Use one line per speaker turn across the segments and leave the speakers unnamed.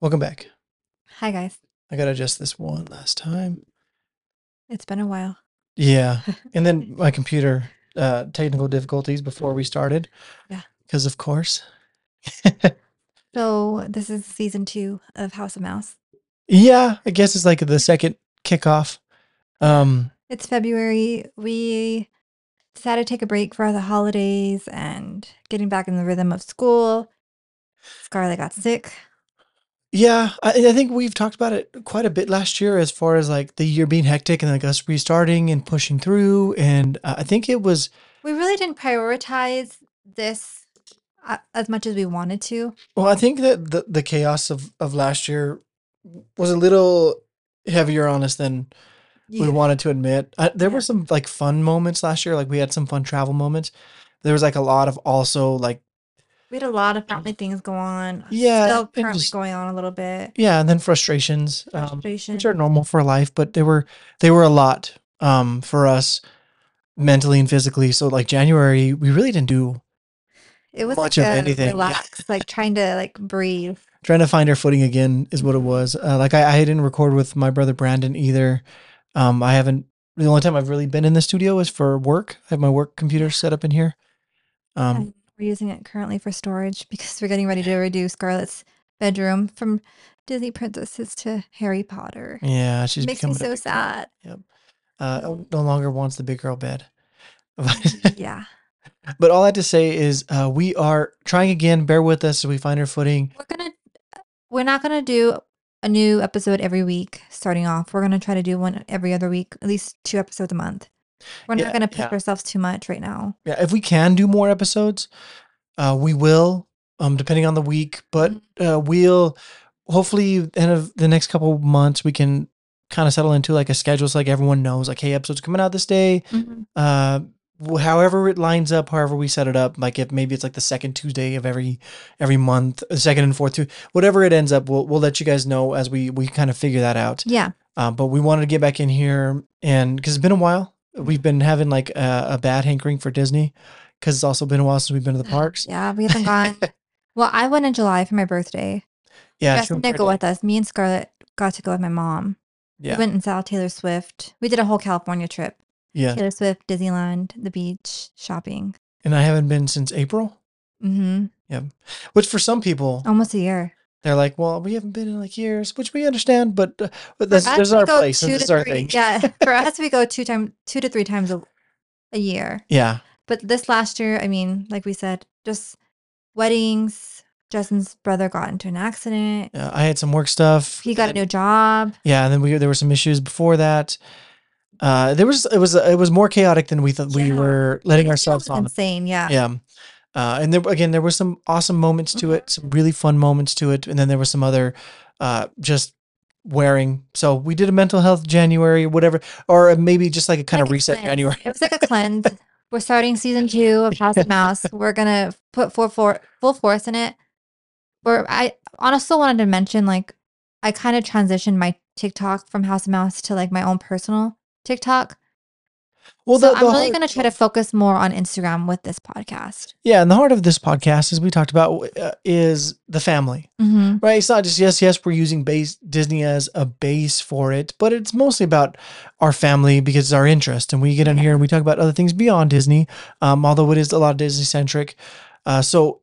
Welcome back.
Hi guys.
I got to adjust this one last time.
It's been a while.
Yeah. And then my computer, uh, technical difficulties before we started.
Yeah.
Because, of course.
So this is season two of House of Mouse.
Yeah. I guess it's like the second kickoff. Um,
It's February. We decided to take a break for the holidays and getting back in the rhythm of school. Scarlett got sick.
yeah. I, I think we've talked about it quite a bit last year as far as like the year being hectic and like us restarting and pushing through. And uh, I think it was,
We really didn't prioritize this uh, as much as we wanted to.
well, I think that the, the chaos of, of last year was a little heavier on us than we wanted to admit. I, there
Yeah.
were some like fun moments last year. Like we had some fun travel moments. There was like a lot of also like
we had a lot of family things go on. uh,
Yeah,
Still
and
currently
just-
going on a little bit.
yeah, and then frustrations, um,
Frustration.
which are normal for life, but they were they were a lot um, for us mentally and physically. So like January, we really didn't do
it was
much
like
of
a
anything.
Relax, like trying to like breathe.
trying to find our footing again is
Mm-hmm.
what it was. Uh, like I, I didn't record with my brother Brandon either. Um, I haven't. The only time I've really been in the studio is for work. I have my work computer set up in here. Um,
And we're using it currently for storage because we're getting ready to redo Scarlett's bedroom from Disney princesses to Harry Potter.
yeah, she's
Makes me
becoming a
so sad.
uh, oh, no longer wants the big girl bed.
yeah,
but all I have to say is uh, we are trying again. Bear with us as we find our footing.
we're gonna we're not gonna do a new episode every week. Starting off, we're gonna try to do one every other week, at least two episodes a month. We're
Yeah,
not gonna push
yeah.
ourselves too much right now.
Yeah, if we can do more episodes, uh, we will, um, depending on the week. But uh, we'll hopefully end of the next couple months we can kind of settle into like a schedule so like everyone knows like hey episodes coming out this day uh wh- however it lines up however we set it up like if maybe it's like the second tuesday of every every month uh, second and fourth tu- whatever it ends up we'll, we'll let you guys know as we we kind of figure that out
Yeah,
uh, but we wanted to get back in here and because it's been a while we've been having like a, a bad hankering for disney because it's also been a while since we've been to the parks
yeah, we haven't gone. well, I went in July for my birthday.
yeah
Justin
true.
didn't go with us. Me and Scarlett got to go with my mom.
Yeah.
We went and saw Taylor Swift. We did a whole California trip.
yeah
Taylor Swift, Disneyland, the beach, shopping.
and i haven't been since april
Mm-hmm.
which for some people
Almost a year.
they're like well we haven't been in like years which we understand but, uh, but this,
us,
this is
we
our
go
place and
two
this
to
is our
three-
thing
Yeah, for us, we go two time, two to three times a, a year.
yeah
But this last year, I mean, like we said, just weddings. Justin's brother got into an accident.
Uh, I had some work stuff.
He got a
and-
new job.
yeah, and then we there were some issues before that. Uh, there was it was it was more chaotic than we thought we
Yeah.
were letting ourselves
It's
on.
insane. Yeah.
Yeah, uh, and there again there were some awesome moments to it,
Mm-hmm.
some really fun moments to it, and then there was some other uh, just wearing. So we did a mental health January, whatever, or maybe just like a kind
Like
of
a
reset
cleanse.
January.
It was like a cleanse. We're starting season two of House of Mouse. We're gonna put full for full force in it. Where I honestly wanted to mention, like, I kind of transitioned my TikTok from House of Mouse to like my own personal TikTok.
Well,
so
the- the
I'm really
whole-
gonna try to focus more on Instagram with this podcast.
yeah, and the heart of this podcast, as we talked about, uh, is the family.
Mm-hmm.
Right. It's not just yes, yes, we're using base Disney as a base for it, but it's mostly about our family because it's our interest. And we get in here and we talk about other things beyond Disney, um, although it is a lot of Disney centric. Uh, so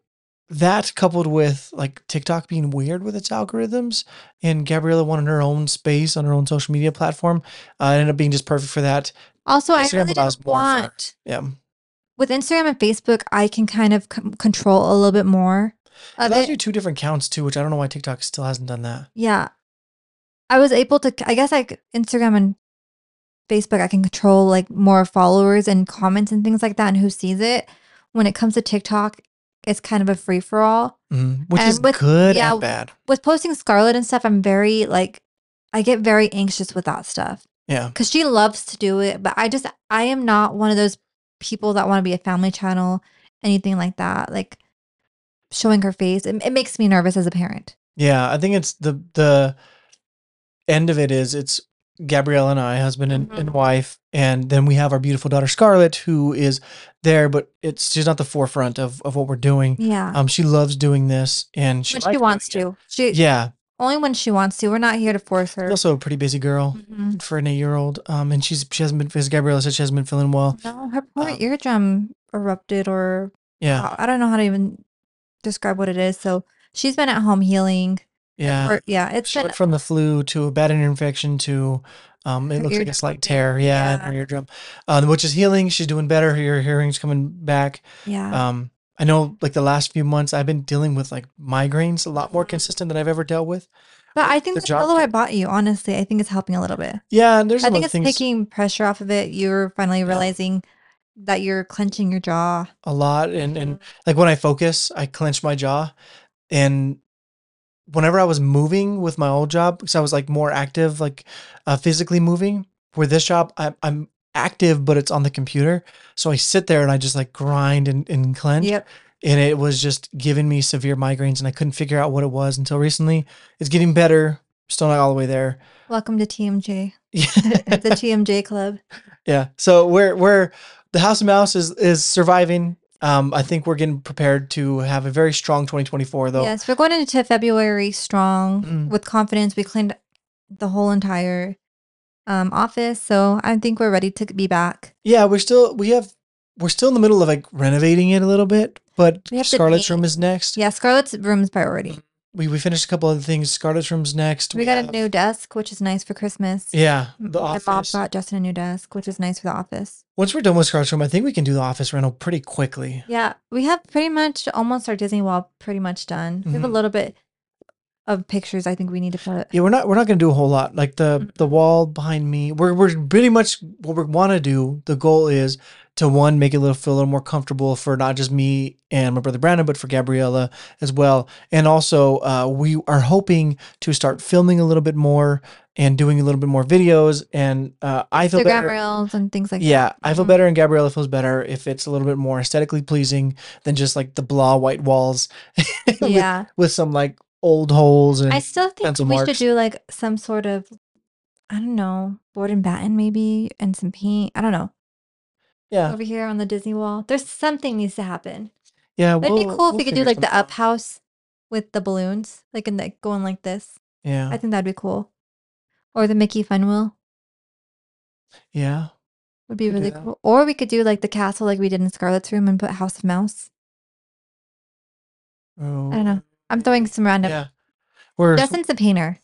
that coupled with like TikTok being weird with its algorithms and Gabriella wanting her own space on her own social media platform, uh, it ended up being just perfect for that.
Also, I
Instagram
really
allows
didn't
more for-
want
Yeah.
with Instagram and Facebook, I can kind of c- control a little bit more.
It
of
allows
it.
you two different counts too, which I don't know why TikTok still hasn't done that.
Yeah. I was able to, I guess, like Instagram and Facebook, I can control like more followers and comments and things like that and who sees it. When it comes to TikTok, it's kind of a free for all.
Mhm. Which
And
is
with-
good
yeah,
and bad.
With posting Scarlet and stuff, I'm very like, I get very anxious with that stuff
Yeah.
because she loves to do it. But I just, I am not one of those people that want to be a family channel, anything like that. Like showing her face, it, it makes me nervous as a parent.
Yeah, I think it's the the end of it is it's Gabrielle and I, husband and, and
Mhm.
wife, and then we have our beautiful daughter Scarlett, who is there, but it's she's not the forefront of, of what we're doing.
Yeah.
Um, she loves doing this, and she,
when
likes
she
doing
wants
it.
to. She
Yeah,
only when she wants to. We're not here to force
she's
her.
also a pretty busy girl
Mhm.
for an eight year old. Um, and she's she hasn't been as Gabriella said she hasn't been feeling well.
No, her poor
Um,
eardrum erupted or
Yeah,
I I don't know how to even describe what it is. So she's been at home healing.
yeah.
or, yeah it's
she
been
went from the flu to a bad ear infection to um, it
Her
looks like a
eardrum
slight
thing.
tear, yeah, in her eardrum, um, which is healing. She's doing better. Her hearing's coming back.
yeah.
Um, I know, like the last few months, I've been dealing with like migraines a lot more
Mhm.
consistent than I've ever dealt with.
but I think
the
the,
job
pillow I
kept-
bought you, honestly, I think it's helping a little bit.
Yeah, and there's a
I
lot
think
of
it's
things
taking pressure off of it. You're finally
Yeah.
realizing that you're clenching your jaw.
a lot, and and like when I focus, I clench my jaw, and whenever I was moving with my old job, because I was like more active, like uh, physically moving. Where this job, I, I'm active, but it's on the computer, so I sit there and I just like grind and, and clench.
Yep.
and it was just giving me severe migraines and I couldn't figure out what it was until recently. It's getting better, still not all the way there.
Welcome to TMJ.
Yeah.
the TMJ club.
yeah. So we're we're the House of Mouse is is surviving. Um, I think we're getting prepared to have a very strong 2024 though.
Yes, we're going into February strong
Mm.
with confidence. We cleaned the whole entire um, office, so I think we're ready to be back.
Yeah, we're still we have we're still in the middle of like renovating it a little bit, but
We have to
Scarlett's
paint.
room is next.
Yeah, Scarlett's room's priority.
We we finished a couple other things. Scarlett's room's next.
We got a
have-
new desk, which is nice for Christmas.
Yeah,
M-
the
my mom
office.
got Justin a new desk, which is nice for the office.
Once we're done with Scarlett's room, I think we can do the office rental pretty quickly.
Yeah, we have pretty much almost our Disney wall pretty much done. We have a
Mhm.
little bit of pictures. I think we need to put.
Yeah, we're not we're not gonna do a whole lot. Like
Mm-hmm.
the the wall behind me, we're we're pretty much what we want to do. The goal is to one make it a little feel a little more comfortable for not just me and my brother Brandon, but for Gabriella as well. And also, uh, we are hoping to start filming a little bit more and doing a little bit more videos. And uh, I feel
Instagram
better.
reels and things like
Yeah, I feel
Mhm.
better, and Gabriella feels better if it's a little bit more aesthetically pleasing than just like the blah white walls
that.
with,
Yeah.
with some like old holes and
I still think
pencil
we
marks.
should do like some sort of, I don't know, board and batten maybe, and some paint. I don't know.
yeah,
Over here on the Disney wall, there's something needs to happen.
yeah.
That'd be
we'll-
cool if
we'll
we could do
figure
like the
something out.
up house with the balloons, like in the going like this.
Yeah.
I think that'd be cool. Or the Mickey Fun Wheel
yeah.
would be
Could do
really
that.
cool. Or we could do like the castle, like we did in Scarlet's room, and put House of Mouse.
Oh,
I don't know. I'm throwing some random.
Yeah. We're
Justin's a painter.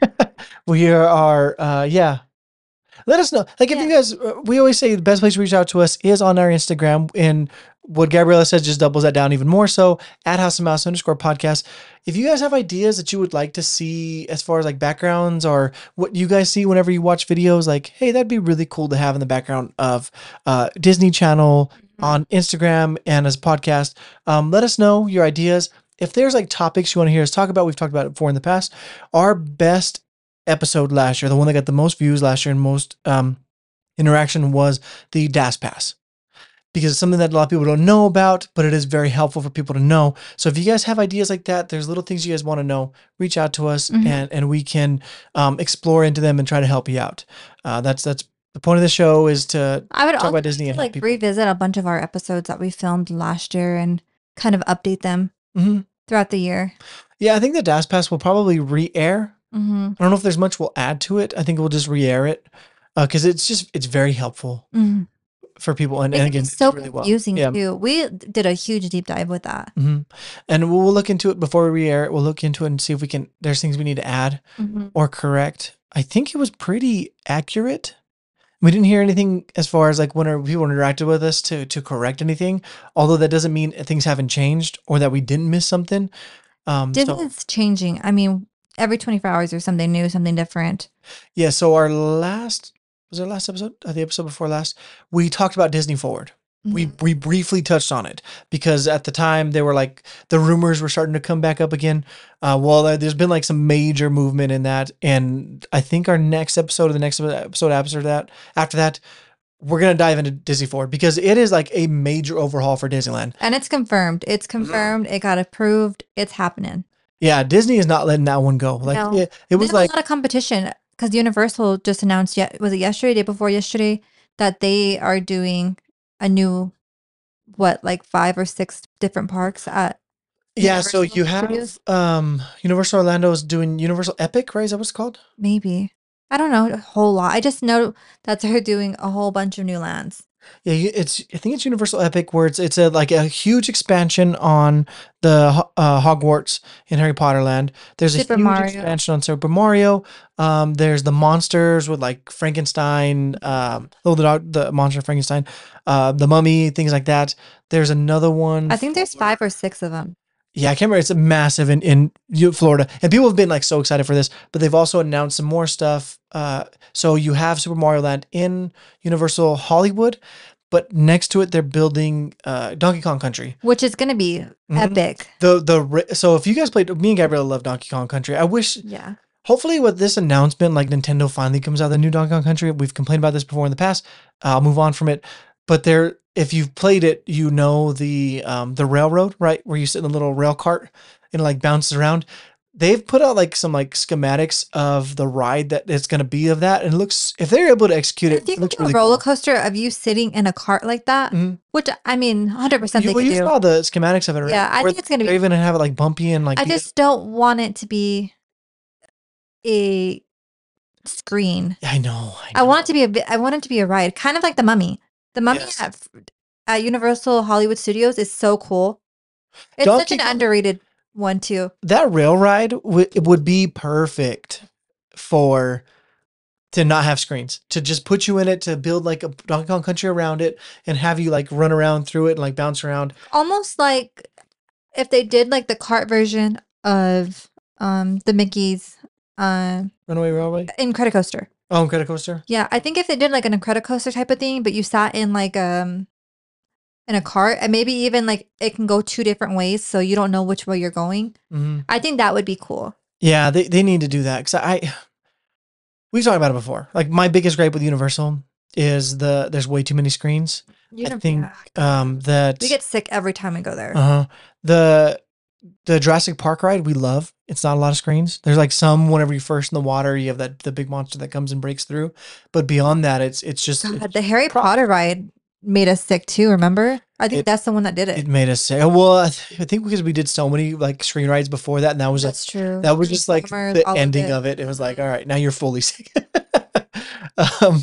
we are uh yeah. Let us know. Like if
Yeah.
you guys uh, we always say the best place to reach out to us is on our Instagram and what Gabriella says just doubles that down even more so at house and mouse underscore podcast. If you guys have ideas that you would like to see as far as like backgrounds or what you guys see whenever you watch videos, like, hey, that'd be really cool to have in the background of uh Disney Channel,
Mm-hmm.
on Instagram and as a podcast. Um, let us know your ideas. If there's like topics you want to hear us talk about, we've talked about it before in the past. Our best episode last year, the one that got the most views last year and most um, interaction was the DAS Pass. Because it's something that a lot of people don't know about, but it is very helpful for people to know. So if you guys have ideas like that, there's little things you guys want to know, reach out to us
Mhm.
and and we can um, explore into them and try to help you out. Uh, that's that's the point of the show is to
I would
Talk
also
about Disney
like
and
to,
help
like
people.
revisit a bunch of our episodes that we filmed last year and kind of update them
Mhm.
throughout the year.
Yeah, I think the DAS Pass will probably re-air.
Mm-hmm.
I don't know if there's much we'll add to it. I think we'll just re-air it because it's just it's very helpful
mm
for people. And, and again,
it's so
really well.
confusing
Yeah.
too. We d- did a huge deep dive with that.
Mhm. And we'll, we'll look into it before we re-air it. We'll look into it and see if we can. There's things we need to add or correct. I think it was pretty accurate. We didn't hear anything as far as like when our people interacted with us to to correct anything. Although that doesn't mean things haven't changed or that we didn't miss something. Um, so-
Disney's changing. I mean, every 24 hours there's something new, something different.
Yeah, so our last was our last episode, uh, the episode before last, we talked about Disney Forward. We
Mm-hmm.
we briefly touched on it because at the time they were like the rumors were starting to come back up again. Uh, well, there- there's been like some major movement in that, and I think our next episode or the next episode after that, after that, we're gonna dive into Disney Forward because it is like a major overhaul for Disneyland.
and it's confirmed. It's
Mm-hmm.
confirmed. It got approved. It's happening.
Yeah, Disney is not letting that one go. Like
No.
it, it was
There's
like
a lot of competition because Universal just announced yet was it yesterday, day before yesterday, that they are doing a new, what like five or six different parks at.
Yeah, so
Universal
you have
Studios?
um Universal Orlando is doing Universal Epic, right? Is that what it's called?
Maybe I don't know a whole lot. I just know that they're doing a whole bunch of new lands.
Yeah, you- it's I think it's Universal Epic where it's it's a like a huge expansion on the Ho- uh, Hogwarts in Harry Potter land. There's
Super
a huge
Mario.
expansion on Super Mario. Um, there's the monsters with like Frankenstein, um, oh the dog, the monster Frankenstein, uh, the mummy, things like that. There's another one.
I think there's five or six of them.
Yeah, I can't remember. It's massive in in U- Florida, and people have been like so excited for this. But they've also announced some more stuff. Uh, so you have Super Mario Land in Universal Hollywood, but next to it they're building uh, Donkey Kong Country.
which is going to be
Mhm.
epic.
The the ri- so if you guys played, me and Gabriella love Donkey Kong Country. I wish
Yeah.
hopefully with this announcement, like Nintendo finally comes out with the new Donkey Kong Country. We've complained about this before in the past. uh, I'll move on from it. But there, if you've played it, you know the um, the railroad, right, where you sit in a little rail cart and it, like bounces around. They've put out like some like schematics of the ride that it's going to be of that, and it looks if they're able to execute
If
it,
you
it
can
looks
do a
really
roller
cool.
coaster of you sitting in a cart like that,
Mhm.
which I mean,
You,
100% they
well,
could
you
do.
saw the schematics of it, right?
Yeah, I
Where
think it's going to
they're
be.
even gonna have it like bumpy and like
I
the-
just don't want it to be a screen.
I know, I know.
I want it to be a vi- I want it to be a ride, kind of like the Mummy. The Mummy
Yes.
at, at Universal Hollywood Studios is so cool. It's such
Donkey
an
Kong-
underrated one too.
that rail ride w- would be perfect for to not have screens to just put you in it to build like a Donkey Kong Country around it and have you like run around through it and like bounce around.
Almost like if they did like the cart version of um the Mickey's uh,
Runaway Railway.
Incredicoaster.
Oh, credit coaster.
Yeah, I think if they did like an Incredicoaster type of thing, but you sat in like um in a cart and maybe even like it can go two different ways so you don't know which way you're going.
hmm
I think that would be cool.
Yeah, they they need to do that because I we've talked about it before. Like my biggest gripe with Universal is the there's way too many screens.
You
I think um that
we get sick every time we go there.
Uh-huh. The the Jurassic Park ride we love. It's not a lot of screens. There's like some whenever you're first in the water, you have that the big monster that comes and breaks through. But beyond that, it's it's just
God,
it,
the Harry
Pro-
Potter ride made us sick too, remember? I think
It-
that's the one that did it.
it made us say, well, I, th- I think because we did so many like screen rides before that, and that was a,
that's true.
that was just like
Transformers,
the
all
ending of it. it. was like, all right, now you're fully sick. um,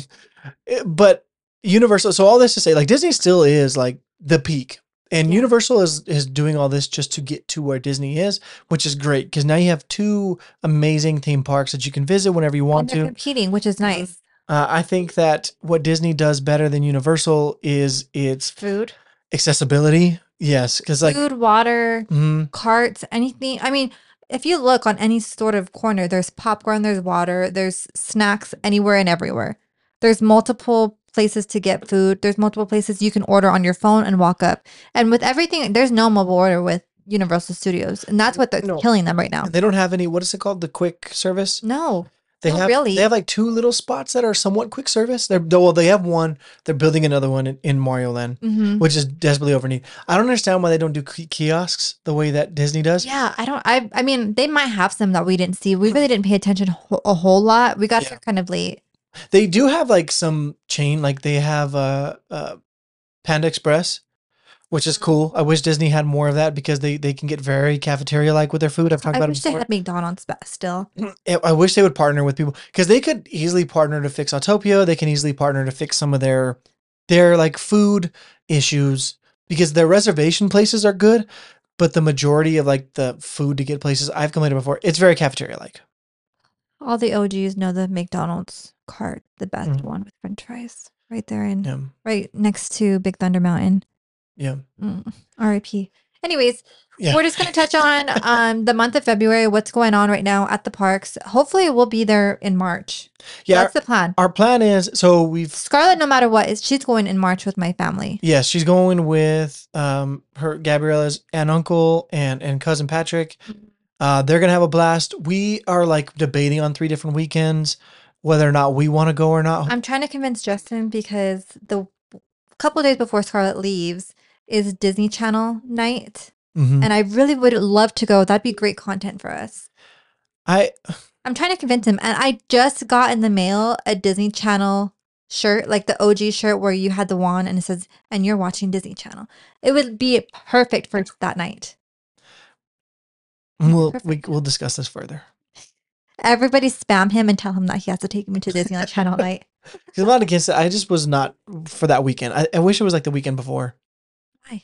it- but Universal. So all this to say, like Disney still is like the peak, and
Yeah.
Universal is is doing all this just to get to where Disney is, which is great because now you have two amazing theme parks that you can visit whenever you
And
want
they're
to.
competing, which is nice.
Uh, I think that what Disney does better than Universal is its
Food,
accessibility. Yes, because like.
food, water,
mhm.
carts, anything. I mean, if you look on any sort of corner, there's popcorn, there's water, there's snacks anywhere and everywhere. There's multiple places to get food. There's multiple places you can order on your phone and walk up. And with everything, there's no mobile order with Universal Studios, and that's what they're
No.
killing them right now.
They don't have any. What is it called? The quick service.
No,
They
Not
have
Oh, really.
they have like two little spots that are somewhat quick service. They're though, well, they have one. They're building another one in, in Mario Land,
hmm
which is desperately over need. I don't understand why they don't do ki- kiosks the way that Disney does.
yeah, I don't. I I mean, they might have some that we didn't see. We really didn't pay attention ho- a whole lot. We got
Yeah.
there kind of late.
They do have like some chain, like they have uh, uh Panda Express, which is
Mhm.
cool. I wish Disney had more of that because they they can get very cafeteria like with their food. I've talked
I
about
wish
it
they
before.
had McDonald's, but still,
I- I wish they would partner with people because they could easily partner to fix Autopia. They can easily partner to fix some of their their like food issues because their reservation places are good, but the majority of like the food to get places I've complained about before, it's very cafeteria like.
all the OGs know the McDonald's cart, the best
Mhm.
one with French fries, right there in
Yeah,
right next to Big Thunder Mountain.
yeah.
Mm, R.I.P. Anyways,
Yeah.
we're just gonna touch on um the month of February, what's going on right now at the parks. Hopefully, we'll be there in March.
Yeah,
that's the plan.
Our plan is so we've
Scarlett, no matter what, is she's going in March with my family.
yes, she's going with um her Gabriella's aunt uncle and and cousin Patrick. Uh, they're gonna have a blast. We are like debating on three different weekends whether or not we want to go or not.
I'm trying to convince Justin because the couple days before Scarlett leaves is Disney Channel night,
Mhm.
and I really would love to go. That'd be great content for us.
I
I'm trying to convince him. And I just got in the mail a Disney Channel shirt, like the OG shirt where you had the wand and it says, and you're watching Disney Channel. It would be perfect for that night.
We'll we,
Perfect.
we'll discuss this further.
Everybody spam him and tell him that he has to take me to Disneyland Channel at night.
'Cause I'm not against it. I just was not for that weekend. I, I wish it was like the weekend before.
Why?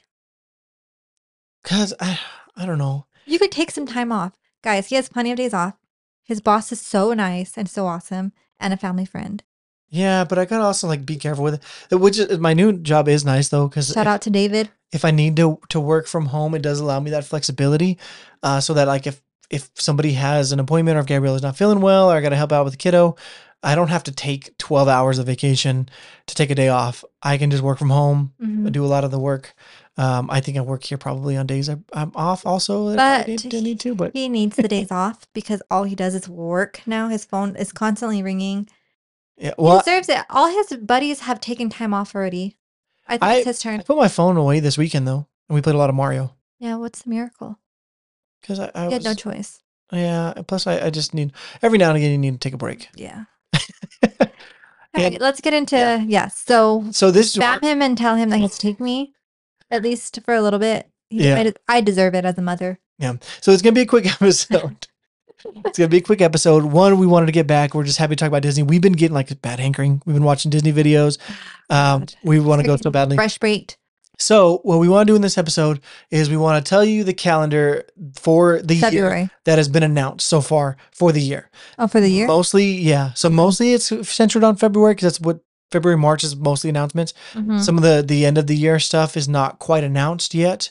Cause I I don't know.
You could take some time off. Guys, he has plenty of days off. His boss is so nice and so awesome and a family friend.
Yeah, but I gotta also like be careful with it. Which is, my new job is nice though, because
Shout out to David.
if I need to to work from home, it does allow me that flexibility, uh, so that like if if somebody has an appointment or if Gabrielle is not feeling well or I got to help out with the kiddo, I don't have to take twelve hours of vacation to take a day off. I can just work from home.
Mm.
I do a lot of the work. Um, I think I work here probably on days I, I'm off. Also, that I
But
need, didn't need to, but
He needs the days off because all he does is work now. His phone is constantly ringing.
yeah.
he
Well,
deserves it. All his buddies have taken time off already. I think it's
I-
his turn.
I put my phone away this weekend though, and we played a lot of Mario
yeah, what's the miracle?
because I, I
He had
was,
no choice.
yeah. Plus, I, I just need every now and again you need to take a break.
Yeah. All
And-
right, let's get into
yeah.
yeah. So
So this
spam him and tell him that he has to take me, at least for a little bit. He-
Yeah.
I, de- I deserve it as a mother.
So it's gonna be a quick episode. it's gonna be a quick episode. One, we wanted to get back. We're just happy to talk about Disney. We've been getting like bad hankering. We've been watching Disney videos. Um,
Oh God.
we want to go so
Freaking
badly.
Fresh baked.
So what we want to do in this episode is we want to tell you the calendar for the year
February.
that has been announced so far for the year.
Oh, for the year?
Mostly, yeah. So mostly it's centered on February because that's what February March is mostly announcements.
Mhm.
Some of the the end of the year stuff is not quite announced yet,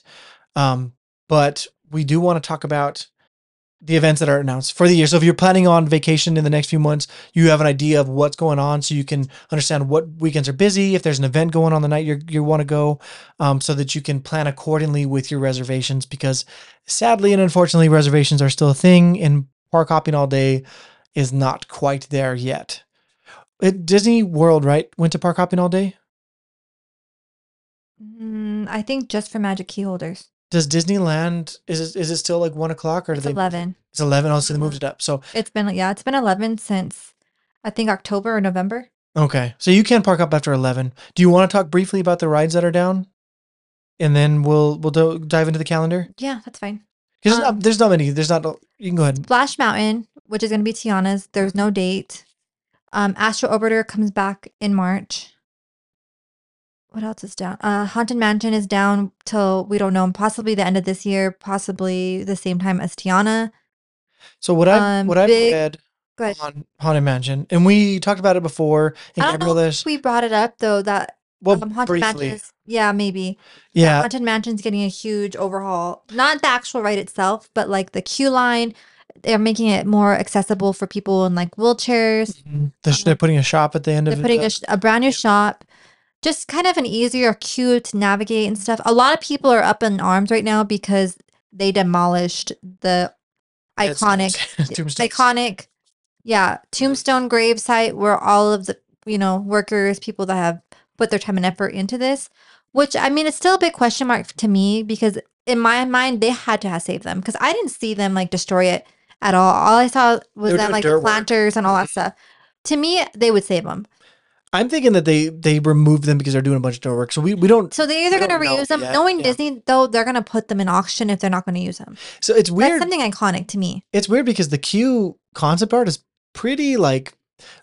um, but we do want to talk about the events that are announced for the year. So if you're planning on vacation in the next few months, you have an idea of what's going on, so you can understand what weekends are busy. If there's an event going on the night you you want to go, um, so that you can plan accordingly with your reservations. Because sadly and unfortunately, reservations are still a thing, and park hopping all day is not quite there yet. At Disney World, right? Went to park hopping all day.
Mm, I think just for magic key holders.
Does Disneyland is it, is it still like one o'clock or do
It's
they?
11.
It's eleven. Oh, so they
Mhm.
moved it up. So
It's been, yeah, it's been 11 since I think October or November.
okay, so you can park up after eleven. Do you want to talk briefly about the rides that are down, and then we'll we'll do, dive into the calendar
Yeah, that's fine.
because there's,
Um,
not- there's not many. There's not. a- You can go ahead.
Splash Mountain, which is going to be Tiana's. There's no date. Um, Astro Orbiter comes back in March. What else is down? Uh, Haunted Mansion is down till we don't know, possibly the end of this year, possibly the same time as Tiana.
So what I have
um,
what I've
big-
read
Go ahead.
on Haunted Mansion, and we talked about it before. And
I don't know
Gabriel,
if
there's
We brought it up though that
well
um, Haunted
Oh, briefly,
Mansion is, yeah, maybe.
yeah,
Haunted Mansion's getting a huge overhaul. Not the actual ride itself, but like the queue line. They're making it more accessible for people in like wheelchairs.
Mhm. they're, they're putting a shop at the end
They're
of
putting
the,
a, sh- a brand new shop, just kind of an easier queue to navigate and stuff. A lot of people are up in arms right now because they demolished the iconic,
tombstone.
iconic, yeah, tombstone grave site where all of the you know workers, people that have put their time and effort into this. Which I mean, it's still a big question mark to me because in my mind they had to have saved them because I didn't see them like destroy it at all. All I saw was
were
them
doing
like
dirt work. Mm-hmm.
planters and all that stuff. To me, they would save them.
I'm thinking that they they removed them because they're doing a bunch of door work. So we we don't
So they're either
I
going to
don't know
reuse them.
yet,
Knowing
yeah.
Disney, though, they're going to put them in auction if they're not going to use them.
So it's weird.
That's something iconic to me.
it's weird because the Q concept art is pretty like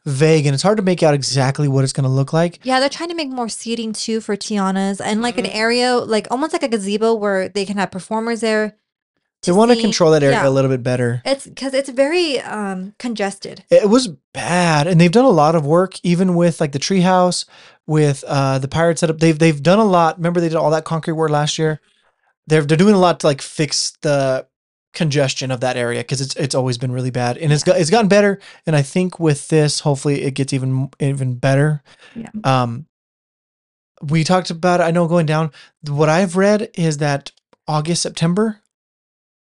vague, and it's hard to make out exactly what it's going to look like.
Yeah, they're trying to make more seating too for Tiana's and like
Mhm.
an area, like almost like a gazebo where they can have performers there.
They want to
sing.
control that area
Yeah.
a little bit better.
It's because it's very um congested.
It was bad, and they've done a lot of work, even with like the treehouse, with uh, the pirate setup. They've they've done a lot. Remember, they did all that concrete work last year. They're they're doing a lot to like fix the congestion of that area because it's it's always been really bad, and it's got, it's gotten better. And I think with this, hopefully, it gets even even better.
Yeah.
Um, we talked about. I know going down. What I've read is that August September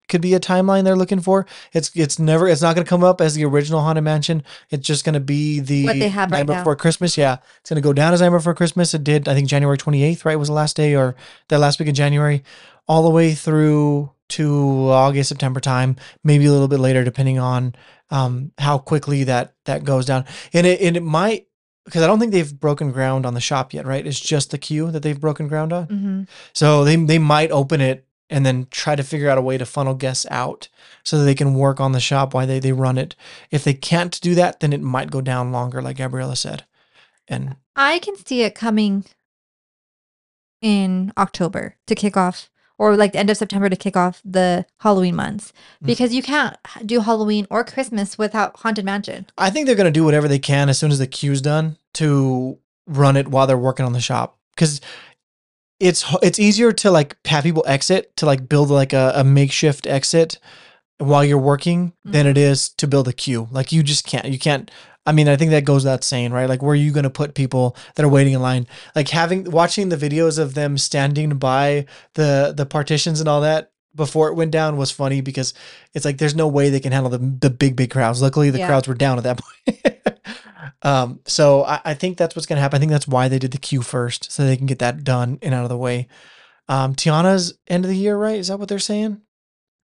could be a timeline they're looking for. It's it's never. It's not going to come up as the original Haunted Mansion. It's just going to be the
What they have
Night
right now.
Before Christmas. Yeah, it's going to go down as Night Before Christmas. It did. I think January twenty eighth. Right was the last day or that last week of January. all the way through to August, September time, maybe a little bit later, depending on um, how quickly that that goes down. And it, and it might because I don't think they've broken ground on the shop yet, right? It's just the queue that they've broken ground on.
hmm
So they they might open it and then try to figure out a way to funnel guests out so that they can work on the shop while they, they run it. If they can't do that, then it might go down longer, like Gabriella said. And
I can see it coming in October to kick off, or like the end of September to kick off the Halloween months,
Mm.
because you can't h- do Halloween or Christmas without Haunted Mansion.
I think they're gonna do whatever they can as soon as the queue's done to run it while they're working on the shop. Cause it's h- it's easier to like have people exit to like build like a, a makeshift exit while you're working than it is to build a queue. Like you just can't you can't I mean I think that goes without saying, right? Like where are you gonna put people that are waiting in line? Like having watching the videos of them standing by the the partitions and all that before it went down was funny because it's like there's no way they can handle the the big big crowds. Luckily the
Yeah.
crowds were down at that point. um so I, I think that's what's gonna happen. I think that's why they did the queue first so they can get that done and out of the way. Um Tiana's end of the year, right? Is that what they're saying?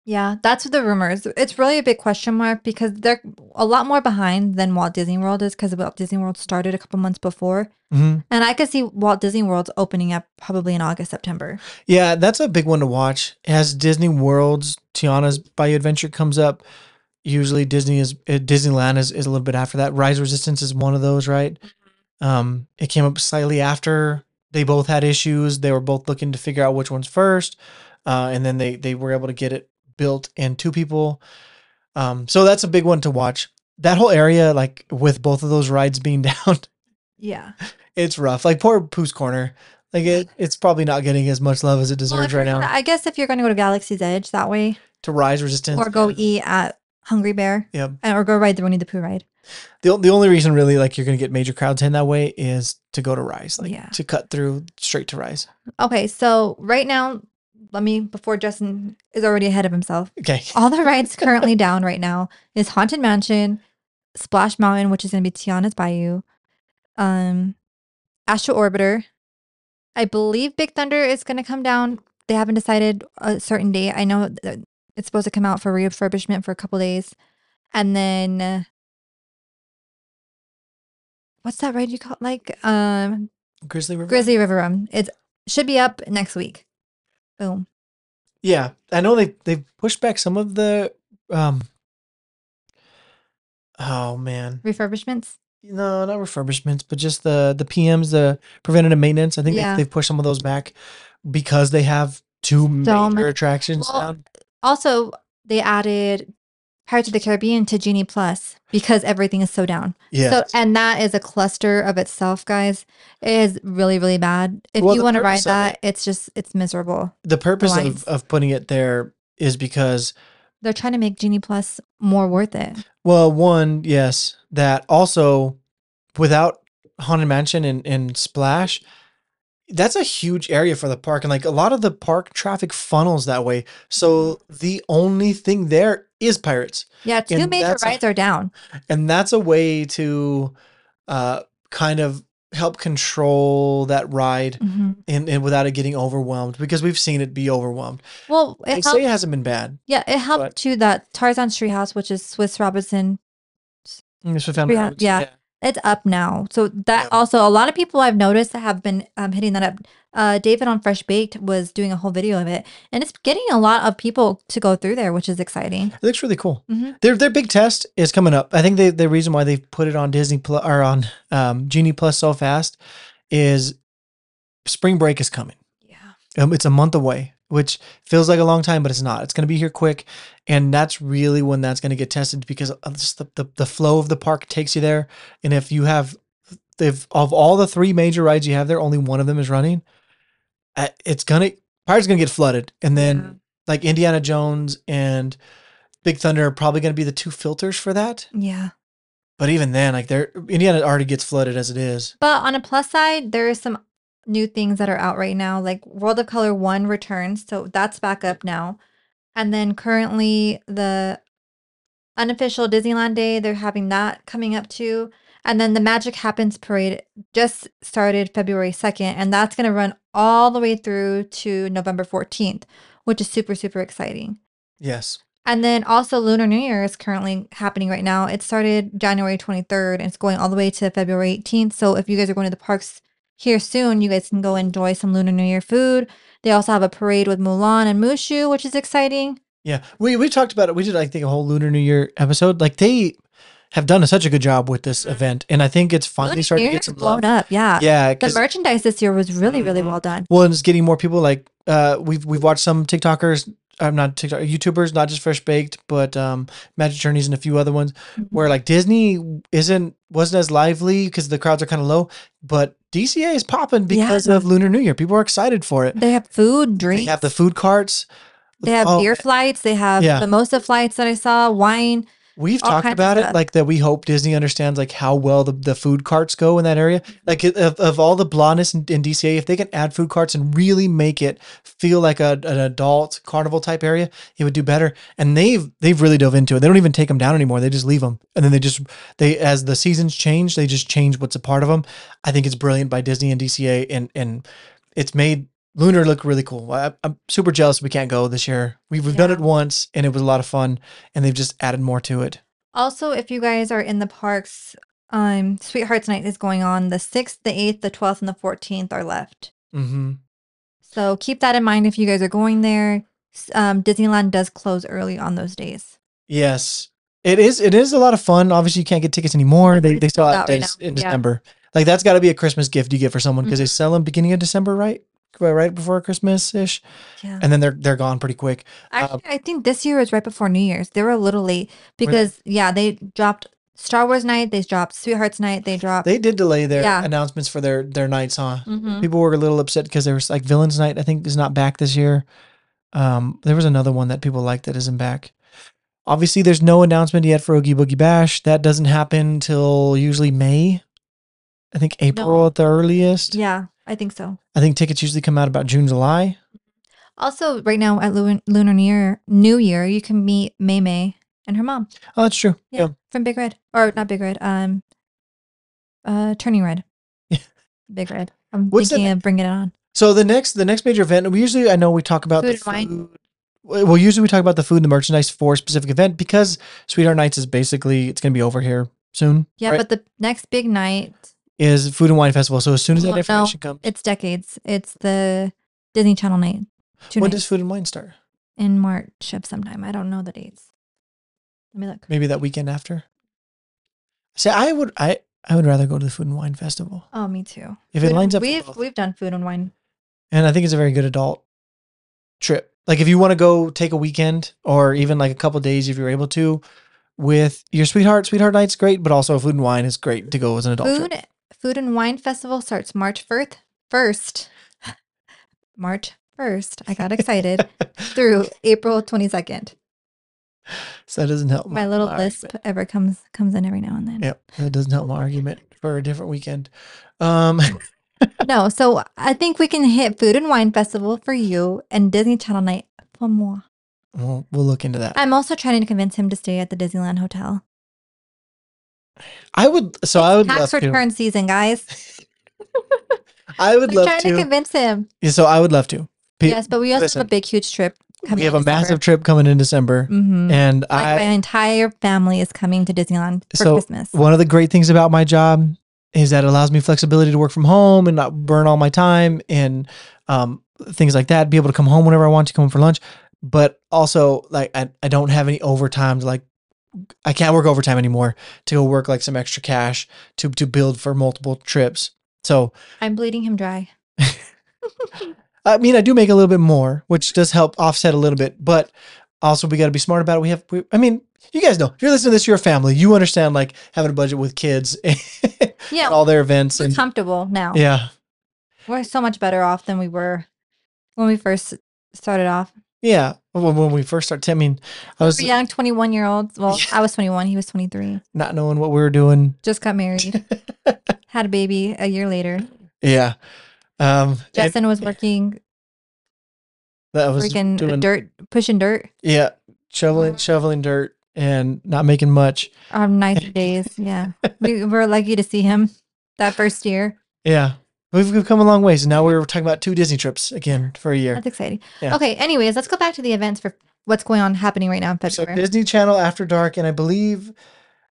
Yeah, that's the rumors. It's really a big question mark because they're a lot more behind than Walt Disney World is because Walt Disney World started a couple months before.
Mm-hmm.
And I could see Walt Disney World's opening up probably in August, September.
Yeah, that's a big one to watch. As Disney World's Tiana's Bayou Adventure comes up, usually Disney is uh, Disneyland is, is a little bit after that. Rise Resistance is one of those, right?
Mm-hmm.
Um, it came up slightly after. They both had issues. They were both looking to figure out which one's first, uh, and then they they were able to get it built in two people. Um, so that's a big one to watch. That whole area, like with both of those rides being down,
Yeah.
it's rough. Like poor Pooh's Corner, like it, it's probably not getting as much love as it
Well, if
deserves
you're
right now.
gonna- I guess if you're going to go to Galaxy's Edge that way
to rise resistance.
or go eat at Hungry Bear
Yep.
and, or go ride the Winnie the Pooh ride.
The, the only reason really like you're gonna get major crowds in that way is to go to rise, like
Yeah.
to cut through straight to rise.
Okay. So right now, let me, before Justin is already ahead of himself,
Okay.
all the rides currently down right now is Haunted Mansion, Splash Mountain, which is going to be Tiana's Bayou, um, Astro Orbiter. I believe Big Thunder is going to come down. They haven't decided a certain date. I know that it's supposed to come out for refurbishment for a couple days, and then uh, what's that ride you call like um,
Grizzly River.
Grizzly River Run? It should be up next week. Boom.
yeah. I know they they've pushed back some of the um Oh man.
Refurbishments.
No, not refurbishments, but just the the PMs, the preventative maintenance. I think they-
Yeah.
they've pushed some of those back because they have two
So
major
ma-
attractions
Well,
down.
also they added Pirates of the Caribbean to Genie Plus because everything is so down.
Yeah.
So and that is a cluster of itself, guys. It is really really bad. If
Well,
you
the
want to ride
purpose of
that, it's just it's miserable.
the purpose
lines.
of, of putting it there is because
They're trying to make Genie Plus more worth it.
Well, one, yes, that also without Haunted Mansion and, and Splash, that's a huge area for the park. And like a lot of the park traffic funnels that way. So the only thing there is pirates.
Yeah, two
And
major
that's a-
rides are down.
And that's a way to uh, kind of help control that ride
Mhm.
and, and without it getting overwhelmed because we've seen it be overwhelmed.
Well,
They
it
say it
helped.
hasn't been bad.
Yeah, it helped
but-
too that Tarzan's Treehouse, which is Swiss Robinson
Yes, we found
Yeah,
roads.
yeah. It's up now. So that
Yeah.
also a lot of people I've noticed that have been um, hitting that up. Uh, David on Fresh Baked was doing a whole video of it, and it's getting a lot of people to go through there, which is exciting.
It looks really cool.
Mhm.
Their their big test is coming up. I think they, the reason why they put it on Disney Plus or on um, Genie Plus so fast is spring break is coming.
Yeah.
Um, it's a month away, which feels like a long time, but it's not. It's going to be here quick, and that's really when that's going to get tested because of just the, the the flow of the park takes you there. And if you have, if of all the three major rides you have there, only one of them is running. uh, It's gonna Pirates gonna get flooded, and then
Yeah.
like Indiana Jones and Big Thunder are probably gonna be the two filters for that.
Yeah.
But even then, like they're Indiana already gets flooded as it is.
But on a plus side, there are some new things that are out right now, like World of Color 1 returns. So that's back up now. And then currently, the unofficial Disneyland Day, they're having that coming up too. And then the Magic Happens Parade just started February 2nd, and that's going to run all the way through to November 14th, which is super, super exciting.
Yes.
And then also Lunar New Year is currently happening right now. It started January 23rd and it's going all the way to February 18th. So if you guys are going to the parks here soon, you guys can go enjoy some Lunar New Year food. They also have a parade with Mulan and Mushu, which is exciting.
Yeah. We we talked about it. We did I think a whole Lunar New Year episode. Like they have done such a good job with this event, and I think it's finally
Mm-hmm. Lunar
starting
New
to
Year
get
is
some
blown
love.
up. Yeah.
Yeah.
The
'cause-
merchandise this year was really, really
Mhm.
well done.
well, and it's getting more people like uh we've we've watched some TikTokers. I'm not TikTok YouTubers, not just Fresh Baked, but um, Magic Journeys and a few other ones. where like Disney isn't wasn't as lively because the crowds are kind of low, but DCA is popping
Yeah.
because of Lunar New Year. People are excited for it.
They have food, drinks.
They have the food carts.
They have
Oh,
beer flights. They have
Yeah.
mimosa flights that I saw, wine.
We've
all
talked
kinds of
about it
stuff.
like that. We hope Disney understands like how well the, the food carts go in that area. Like of, of all the blondness in, in DCA, if they can add food carts and really make it feel like a, an adult carnival type area, it would do better. And they've they've really dove into it. They don't even take them down anymore. They just leave them, and then they just they as the seasons change, they just change what's a part of them. I think it's brilliant by Disney and DCA, and and it's made. Lunar look really cool. I, I'm super jealous we can't go this year. We've, we've done
Yeah.
it once and it was a lot of fun, and they've just added more to it.
Also, if you guys are in the parks, um, Sweethearts Night is going on. The 6th, the 8th, the 12th, and the 14th are left.
Mm-hmm.
So keep that in mind if you guys are going there. S- Um, Disneyland does close early on those days.
Yes, it is. It is a lot of fun. Obviously, you can't get tickets anymore. They they sell
sold
out
out right
days in
now. Yeah. Mm-hmm.
December. Like that's got to be a Christmas gift you get for someone because they sell them beginning of December, right? Right right before Christmas ish,
Yeah.
and then they're they're gone pretty quick.
Actually, I think this year is right before New Year's. They were a little late because, yeah, they dropped Star Wars Night, they dropped Sweethearts Night, they dropped.
They did delay their
Yeah.
announcements for their their nights, huh?
Mhm.
People were a little upset because there was like Villains Night. I think is not back this year. Um, there was another one that people liked that isn't back. Obviously, there's no announcement yet for Oogie Boogie Bash. That doesn't happen till usually May. I think April at the earliest.
Yeah, I think so.
I think tickets usually come out about June, July.
Also, right now at Lu- Lunar New Year, New Year, you can meet May May and her mom
Oh, that's true.
Yeah. from Big Red, or not Big Red, um, uh, Turning Red,
Yeah.
Big Red. I'm
What's the
thinking of bringing it on.
So the next the next major event, we usually I know we talk about
Food
the
and wine.
food- Well, usually we talk about the food and the merchandise for a specific event because Sweetheart Nights is basically it's going to be over here soon.
Yeah,
right?
but the next big night,
is Food and Wine Festival. So as soon as
Well,
that
no.
information comes,
it's decades. It's the Disney Channel night. Two
when
nights
does Food and Wine start?
in March of sometime. I don't know the dates. Let me look.
Maybe that weekend after. See, I would I I would rather go to the Food and Wine Festival
Oh, me too.
if it
Food and-
lines up. for
We've
both.
we've done food and wine.
And I think it's a very good adult trip. Like if you want to go take a weekend or even like a couple days if you're able to with your sweetheart, sweetheart night's great, but also food and wine is great to go as an adult
Food
trip.
Food and Wine Festival starts March 1st. First. March 1st. I got excited through April 22nd.
So that doesn't help.
My little lisp
argument.
ever comes comes in every now and then.
Yep. That doesn't help my argument for a different weekend. Um
No, so I think we can hit Food and Wine Festival for you and Disney Channel Night for moi.
we'll, we'll look into that.
I'm also trying to convince him to stay at the Disneyland Hotel.
I would so I would love
Tax
to.
return season, guys.
I would
I'm
love
trying to.
to.
convince him.
Yeah, so I would love to. Pe-
yes, but we also
listen.
have a big, huge trip.
we have a massive trip coming in December.
hmm
And
Like
I
my entire family is coming to Disneyland for
So,
Christmas.
One of the great things about my job is that it allows me flexibility to work from home and not burn all my time and um, things like that. Be able to come home whenever I want to, come home for lunch. But also, like, I, I don't have any overtime. To, like, I can't work overtime anymore to go work like some extra cash to to build for multiple trips. So
I'm bleeding him dry.
I mean, I do make a little bit more, which does help offset a little bit, but also we got to be smart about it. We have, we, I mean, you guys know if you're listening to this, you're a family. You understand like having a budget with kids and
Yeah,
all their events
we're
and
comfortable now.
yeah,
We're so much better off than we were when we first started off.
yeah. When, when we first started, I mean, I was
We're young 21 year olds. Well, I was 21, he was 23.
not knowing what we were doing.
Just got married, had a baby a year later.
Yeah, um, and
Justin was working
that was
freaking
doing
dirt, Uh-huh. pushing dirt
yeah, shoveling shoveling dirt and not making much.
on nice days. Yeah. We were lucky to see him that first year.
Yeah, We've, we've come a long ways. And now we're talking about two Disney trips again for a year.
That's exciting.
Yeah.
Okay. Anyways, let's go back to the events for what's going on happening right now in
So
February.
Disney Channel After Dark, and I believe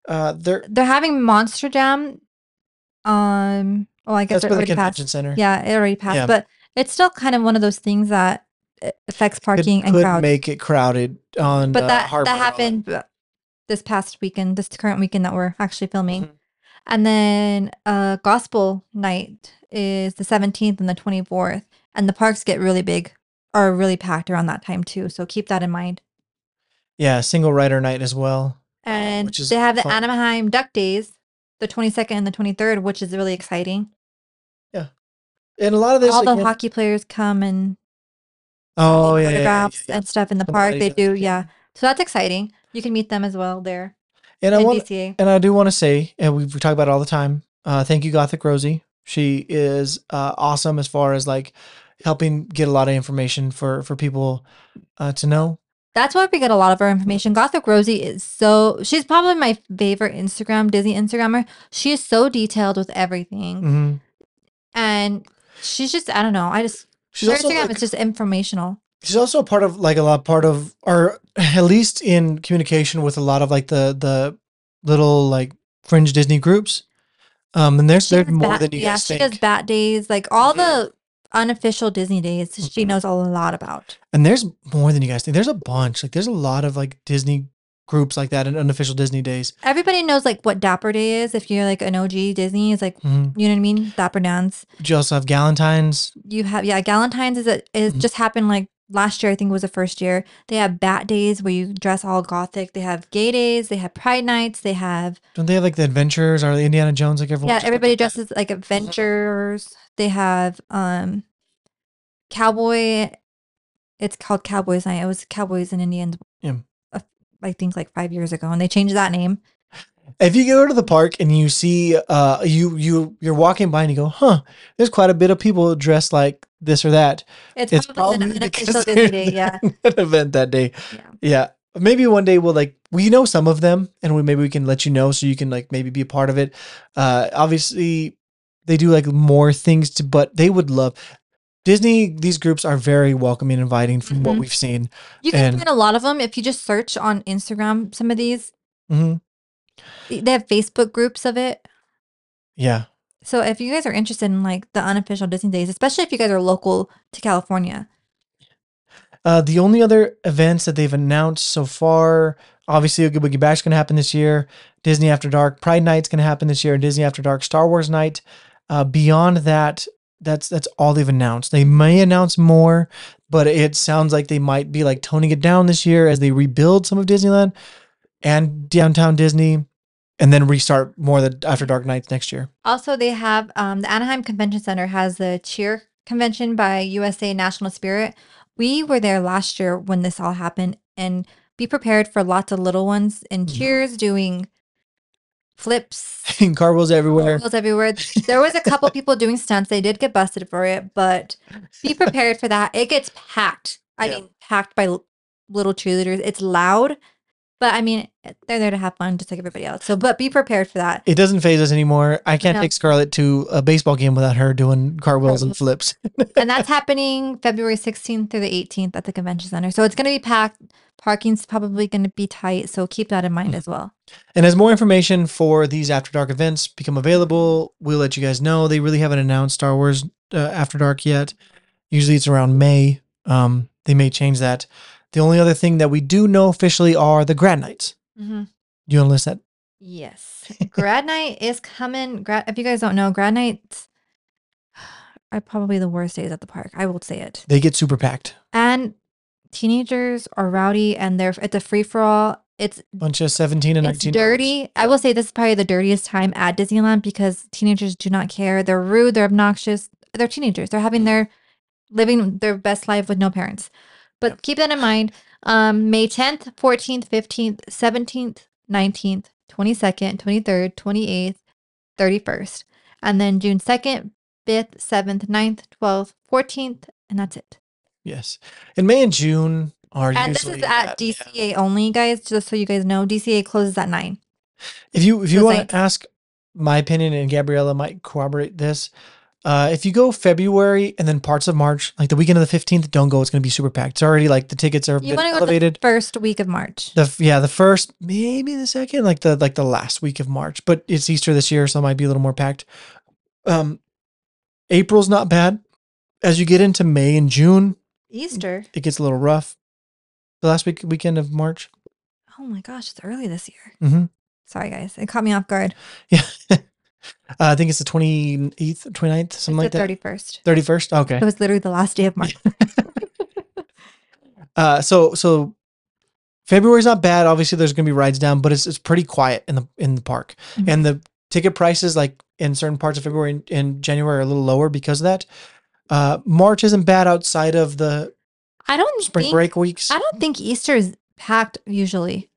uh, they're
They're having Monster Jam. Um. Well, I guess
that's
it
by the
already
convention
passed.
center.
Yeah, it already passed.
Yeah.
But it's still kind of one of those things that uh, affects
Could,
parking and
could
crowds.
make it crowded on.
but
uh,
that
Harbor
that
and all
happened b- this past weekend, this current weekend that we're actually filming.
Mhm.
And then uh gospel night is the 17th and the 24th and the parks get really big are really packed around that time too. So keep that in mind.
Yeah, single rider night as well. Oh,
And
which is
they have the
fun.
Anaheim Duck Days the 22nd and the 23rd, which is really exciting.
And a lot of this.
All the
again-
hockey players come and
oh yeah, yeah, yeah,
photographs
yeah, yeah.
and stuff in the
And
park. They
bodies
do,
and-
yeah. So that's exciting. You can meet them as well there
And I
in
want
DCA.
And I do want to say, and we, we talk about it all the time. Uh, thank you, Gothic Rosie. She is uh, awesome as far as like helping get a lot of information for for people uh, to know.
That's where we get a lot of our information. Gothic Rosie is so she's probably my favorite Instagram Disney Instagrammer. She is so detailed with everything,
hmm
and she's just I don't know. I just
She's
her
also
Instagram
like-
is just informational.
she's also a part of like a lot part of or at least in communication with a lot of like the the little like fringe Disney groups. Um, and there's
She
there's
does
more
bat-
than you
yeah,
guys
she
think. Mm-hmm.
does Bat Days, like all the unofficial Disney days. She
Mhm.
knows a lot about.
and there's more than you guys think. There's a bunch. Like there's a lot of like Disney groups like that and unofficial Disney days.
Everybody knows like what Dapper Day is. If you're like an OG Disney, is like
hmm
you know what I mean. Dapper Dance.
You also have Galentine's.
you have yeah galentine's is it is
Mhm.
just happened like last year i think was the first year they have bat days where you dress all gothic they have gay days they have pride nights they have
Don't they have like the adventurers or the Indiana Jones? Like everyone.
yeah
Oh, just like
everybody
that?
dresses like adventurers they have um cowboy it's called cowboys night it was cowboys and indians
Yeah.
uh, i think like five years ago and they changed that name
If you go to the park and you see, uh, you you you're walking by and you go, huh? There's quite a bit of people dressed like this or that.
it's,
It's
probably,
probably
an
because
unofficial
they're
Disney day yeah
An event that day.
yeah
Yeah. Maybe one day we'll like we know some of them and we maybe we can let you know so you can like maybe be a part of it. Uh obviously they do like more things to but they would love Disney these groups are very welcoming and inviting from what
Mhm.
we've seen.
you can
And-
find a lot of them if you just search on instagram some of these
hmm
they have facebook groups of it
Yeah.
So if you guys are interested in like the unofficial Disney days, especially if you guys are local to California,
Uh, the only other events that they've announced so far, obviously, Oogie Boogie Bash going to happen this year. Disney After Dark Pride Night's going to happen this year, and Disney After Dark Star Wars Night. Uh, beyond that, that's that's all they've announced. They may announce more, but it sounds like they might be like toning it down this year as they rebuild some of Disneyland and downtown Disney, and then restart more of the After Dark nights next year.
also they have um, the Anaheim Convention Center has the cheer convention by USA National Spirit. We were there last year when this all happened, and be prepared for lots of little ones and
Mhm.
cheers doing flips.
And car wheels everywhere.
Wheels everywhere. There was a couple people doing stunts. They did get busted for it, but be prepared for that. It gets packed. I
Yeah.
mean, packed by l- little cheerleaders. It's loud, but I mean, they're there to have fun just like everybody else. So, but be prepared for that.
It doesn't phase us anymore. I can't
No.
take Scarlett to a baseball game without her doing car wheels and flips.
And that's happening February 16th through the 18th at the convention center. So it's going to be packed. Parking's probably going to be tight. So keep that in mind as well.
And as more information for these After Dark events become available, we'll let you guys know. They really haven't announced Star Wars uh, After Dark yet. Usually it's around May. Um, they may change that. The only other thing that we do know officially are the grad nights.
Mm-hmm.
Do you want to list that?
Yes. Grad night is coming. Grad, if you guys don't know, grad nights are probably the worst days at the park. I will say it.
They get super packed.
And teenagers are rowdy and they're it's a free for all. It's
Bunch of 17 and
it's
19.
dirty. I will say this is probably the dirtiest time at Disneyland because teenagers do not care. They're rude, they're obnoxious. They're teenagers. They're having their living their best life with no parents. But
Yep.
keep that in mind. Um May 10th, 14th, 15th, 17th, 19th, 22nd, 23rd, 28th, 31st. And then June 2nd, 5th, 7th, 9th, 12th, 14th, and that's it.
Yes. And May and June are
And this
usually.
is at
that, yeah.
DCA only, guys, just so you guys know. DCA closes at nine.
If you if you
Those
want
nights.
to ask my opinion and Gabriella might corroborate this, Uh, if you go February and then parts of March, like the weekend of the 15th, don't go. It's going to be super packed. It's already like the tickets are a
You
bit
want to go the
elevated.
first week of March.
The, f yeah, the first, maybe the second, like the like the last week of March. But it's Easter this year, so it might be a little more packed. Um, April's not bad. As you get into May and June,
Easter.
it gets a little rough. The last week weekend of March.
Oh my gosh, it's early this year.
hmm
Sorry guys, it caught me off guard.
Uh, I think it's the 28th, 29th, something like
it's
that.
the thirty first.
31st. Okay.
It was literally the last day of March.
Uh, so so February's not bad. Obviously, there's going to be rides down, but it's it's pretty quiet in the in the park,
Mhm.
and the ticket prices like in certain parts of February and, and January are a little lower because of that. Uh, March isn't bad outside of the
I don't
spring
think,
break weeks.
I don't think Easter is packed usually.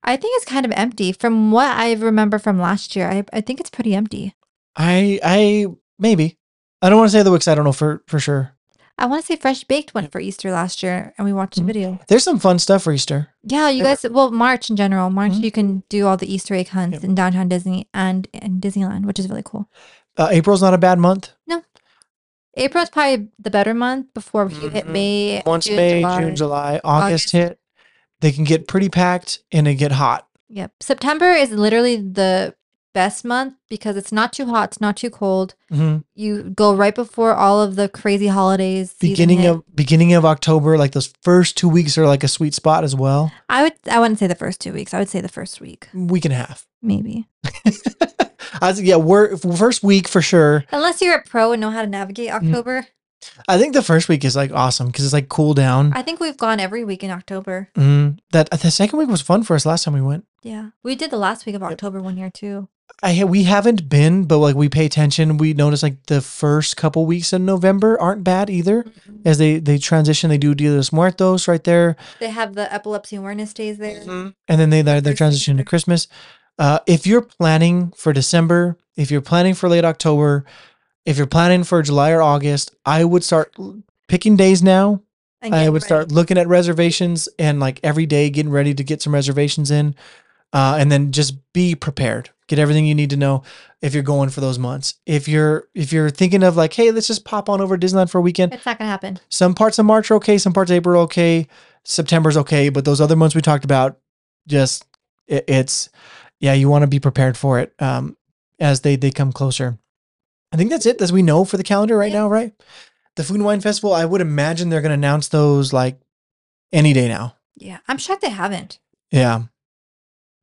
I think it's kind of empty. From what I remember from last year, I, I think it's pretty empty.
I I maybe I don't want to say the weeks. I don't know for for sure.
I want to say Fresh Baked went for Easter last year, and we watched
Mhm.
a video.
There's some fun stuff for Easter.
Yeah, you
They were-
guys. Well, March in general, March
Mhm.
you can do all the Easter egg hunts
Yep.
in downtown Disney and in Disneyland, which is really cool.
Uh, April's not a bad month.
April is probably the better month before you hit
Mhm.
May.
Once
June,
May,
July.
June, July, August,
August.
hit, they can get pretty packed and it get hot.
Yep. September is literally the best month because it's not too hot, it's not too cold.
hmm
You go right before all of the crazy holidays. season
beginning
hit.
of beginning of October, like those first two weeks are like a sweet spot as well.
I would I wouldn't say the first two weeks. I would say the first week,
Week and a half.
maybe.
I was, yeah, we're first week for sure.
Unless you're a pro and know how to
Mm.
navigate October.
I think the first week is like awesome because it's like cool down.
I think we've gone every week in October.
Mm, that the second week was fun for us last time we went.
Yeah. We did the last week of October one year too.
I ha- we haven't been, but like we pay attention. We notice like the first couple weeks in November aren't bad either.
Mm-hmm.
As they they transition, they do Dia de los Muertos right there.
They have the epilepsy awareness days there.
Mm-hmm. and then they they're, they're
Christmas
transitioning to
dinner.
Christmas. Uh, if you're planning for December, if you're planning for late October, if you're planning for July or August, I would start l- picking days now.
And
I
get
would start
ready.
looking at reservations and like every day getting ready to get some reservations in, uh, and then just be prepared. Get everything you need to know if you're going for those months. If you're if you're thinking of like, hey, let's just pop on over to Disneyland for a weekend.
It's not gonna happen.
Some parts of March are okay, some parts of April are okay, September's okay, but those other months we talked about, just it, it's yeah, you want to be prepared for it um, as they they come closer. I think that's it as we know for the calendar right
Yeah.
now, right? The Food and Wine Festival, I would imagine they're going to announce those like any day now.
Yeah. I'm shocked they haven't.
Yeah,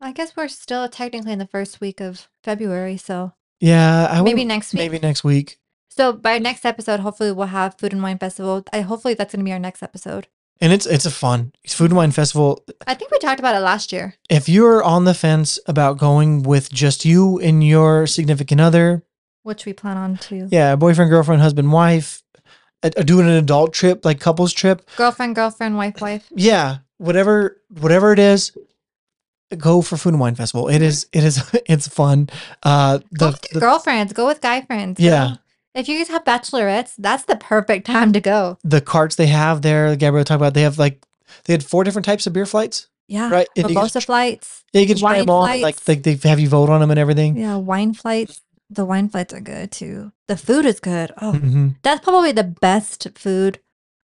I guess we're still technically in the first week of February, so
yeah. I
maybe
would-
next week.
maybe next week.
So by next episode, hopefully we'll have Food and Wine Festival. I, hopefully that's going to be our next episode.
And it's it's a fun Food and Wine Festival.
I think we talked about it last year.
If you're on the fence about going with just you and your significant other,
Which we plan on to
Yeah, boyfriend, girlfriend, husband, wife, uh, doing an adult trip, like couples trip.
girlfriend, girlfriend, wife, wife.
Yeah, whatever, whatever it is, go for food and wine festival. It is, it is, it's fun. Uh, the,
Go with your
the
girlfriends. Go with guy friends. go-
yeah,
If you guys have bachelorettes, that's the perfect time to go.
the carts they have there, Gabriel talked about. They have like they had four different types of beer flights,
Yeah.
right? And you, can,
Mimosa flights.
yeah, you can try
wine
them all. and, Like
flights.
they, they have you vote on them and everything.
Yeah. Wine flights. The wine flights are good too. The food is good. Oh,
hmm
that's probably the best food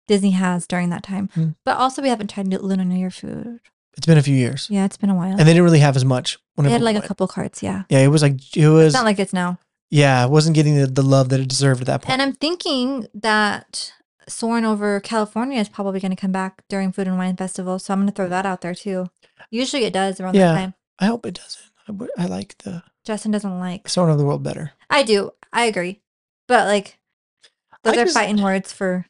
Disney has during that time.
Mm.
But also, we haven't tried Lunar New Year food.
It's been a few years,
Yeah, it's been a while.
and they didn't really have as much.
They
Whenever
had
we
like a
went.
couple carts. Yeah.
Yeah, it was like it was.
It's not like it's now.
yeah, it wasn't getting the, the love that it deserved at that point.
And I'm thinking that Soarin' over California is probably going to come back during Food and Wine Festival. So I'm going to throw that out there too. Usually it does around
Yeah.
that time.
I hope it doesn't. I, would- I like the
Justin doesn't like.
Someone of the World better.
I do. I agree. But like, those
I
are
just-
fighting words for.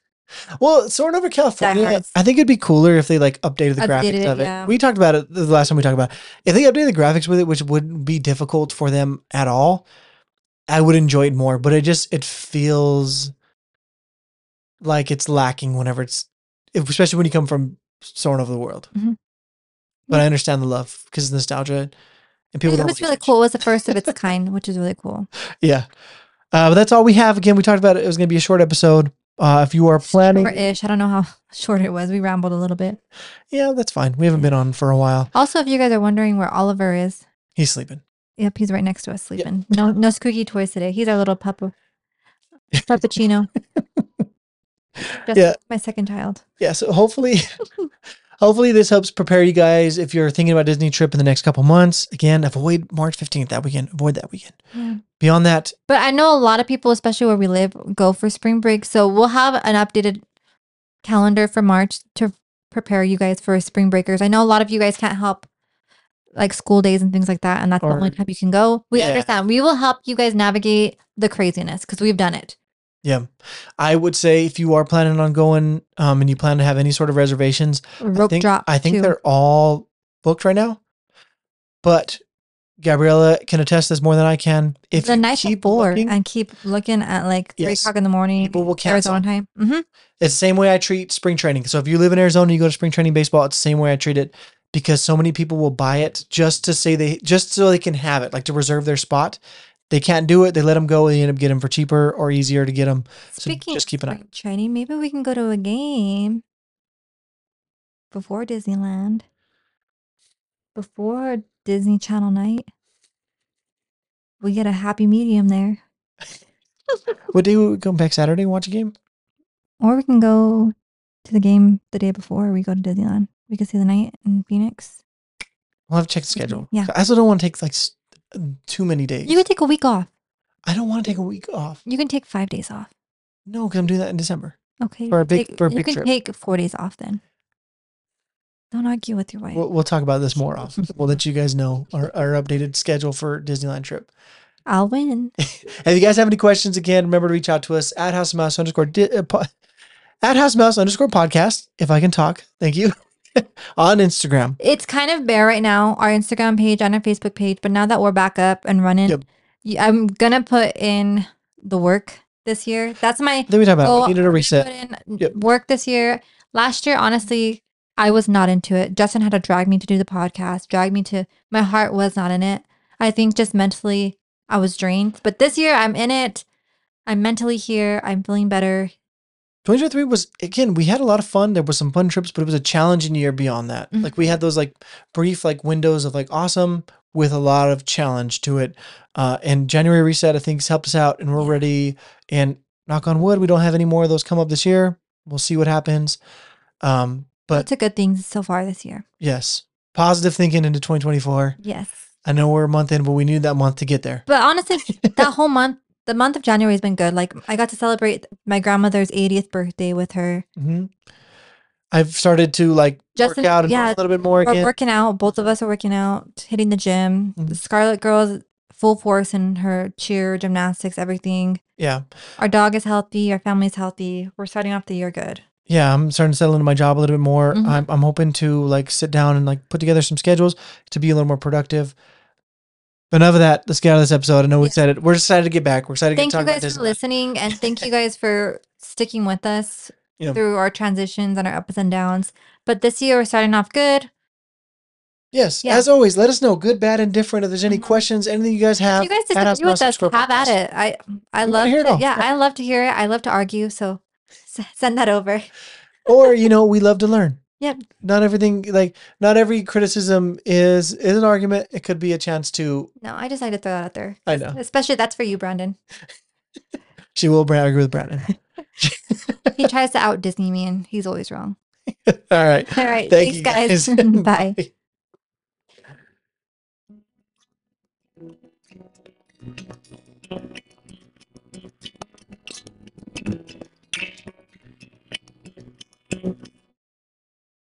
Well, Soarin' over California.
Diehards.
I think it'd be cooler if they like updated the
Updated
graphics
it,
of it.
yeah.
We talked about it the last time we talked about. It. If they updated the graphics with it, which wouldn't be difficult for them at all, I would enjoy it more. But it just it feels like it's lacking whenever it's, if- especially when you come from Soarin' over the World.
Mhm.
But I understand the love because nostalgia and people.
It
don't
was really
change.
cool. It was the first of its kind, which is really cool.
Yeah. Uh, but that's all we have. Again, we talked about it. It was going to be a short episode. Uh, if you are planning,
Or ish. I don't know how short it was. We rambled a little bit.
yeah, that's fine. We haven't been on for a while.
Also, if you guys are wondering where Oliver is,
He's sleeping.
Yep, he's right next to us sleeping. No, no squeaky toys today. He's our little pup. Frappuccino. Just
Yeah.
my second child.
Yeah, so hopefully hopefully this helps prepare you guys if you're thinking about a Disney trip in the next couple months. Again, avoid March 15th that weekend. Avoid that weekend.
Yeah.
Beyond that,
But I know a lot of people, especially where we live, go for spring break. So we'll have an updated calendar for March to prepare you guys for spring breakers. I know a lot of you guys can't help like school days and things like that. And that's the
Or-
only time you can go. We
Yeah.
understand. We will help you guys navigate the craziness because we've done it.
I would say if you are planning on going um, and you plan to have any sort of reservations, I
Rope
think,
drop.
I think
too.
they're all booked right now. But Gabriella can attest this more than I can. If
the
you
night
keep
before
looking-
and keep looking at like three
Yes.
o'clock in the morning.
People will cancel.
Arizona time. hmm
It's the same way I treat spring training. So if you live in Arizona, and you go to spring training baseball. It's the same way I treat it because so many people will buy it just to say they just so they can have it, like to reserve their spot. They can't do it. They let them go. They end up getting 'em for cheaper or easier to get them.
Speaking
just
of
keep an eye-
spring training, maybe we can go to a game before Disneyland, before Disney Channel night. We get a happy medium there,
Would you go back Saturday and watch a game?
or we can go to the game the day before we go to Disneyland. We could see the night in Phoenix.
We'll have to check the
Okay,
schedule.
yeah.
I also don't want to take like s- too many days.
You could take a week off.
I don't want to take a week off.
You can take five days off.
No, because I'm doing that in December.
Okay.
For a big-
take-
for a
you
big
can
trip.
take four days off then. Don't argue with your wife.
We'll, we'll talk about this more often. We'll let you guys know our, our updated schedule for Disneyland trip.
I'll win.
If you guys have any questions, again, remember to reach out to us at House of Mouse underscore di- uh, po- at House of Mouse underscore podcast. If I can talk, thank you. on Instagram,
It's kind of bare right now, our Instagram page and our Facebook page. But now that we're back up and running,
Yep.
y- I'm gonna put in the work this year. That's my
then we talk about it.
goal.
we needed a
I'm gonna
reset.
Put in
Yep.
work this year. Last year, honestly, I was not into it. Justin had to drag me to do the podcast, drag me to. My heart was not in it. I think just mentally, I was drained. But this year, I'm in it. I'm mentally here. I'm feeling better.
2023 was again. We had a lot of fun. There was some fun trips, but it was a challenging year beyond that.
Mhm.
Like we had those like brief like windows of like awesome with a lot of challenge to it. Uh, and January reset I think has helped us out, and we're
Yeah.
ready. And knock on wood, we don't have any more of those come up this year. We'll see what happens. Um, but
Lots of good things so far this year.
Yes. Positive thinking into 2024.
Yes.
I know we're a month in, but we need that month to get there.
But honestly, that whole month, the month of January has been good. Like I got to celebrate my grandmother's 80th birthday with her.
hmm I've started to like
Justin-
work out and
yeah,
a little bit more
We're
again.
working out. Both of us are working out, hitting the gym. The
Mhm.
Scarlet Girl's full force in her cheer, gymnastics, everything.
yeah.
Our dog is healthy. Our family's healthy. We're starting off the year good.
Yeah. I'm starting to settle into my job a little bit more.
Mhm.
I'm, I'm hoping to like sit down and like put together some schedules to be a little more productive. But enough of that. Let's get out of this episode. I know we
Yes.
said it. We're excited to get back. We're excited
Thank
to
you
get talking
guys for
about this.
listening, and thank you guys for sticking with us
Yeah.
through our transitions and our ups and downs. But this year, we're starting off good.
Yes.
Yeah.
As always, let us know good, bad, and different. If there's any
Mhm.
questions, anything you guys have,
If you
at
guys
House
disagree with
Mouse
us,
underscore
have at
podcast.
it. I I
We wanna
love
hear it
to-
all.
Yeah,
Yeah.
I love to hear it. I love to argue. So s- send that over.
or you know we love to learn
Yep.
not everything like not every criticism is is an argument it could be a chance to
No, I just like to throw that out there.
i know
Especially that's for you, Brandon.
she will bra- argue with brandon
He tries to out Disney me, and he's always wrong.
all right
All right,
Thank you,
thanks, guys.
guys.
Bye.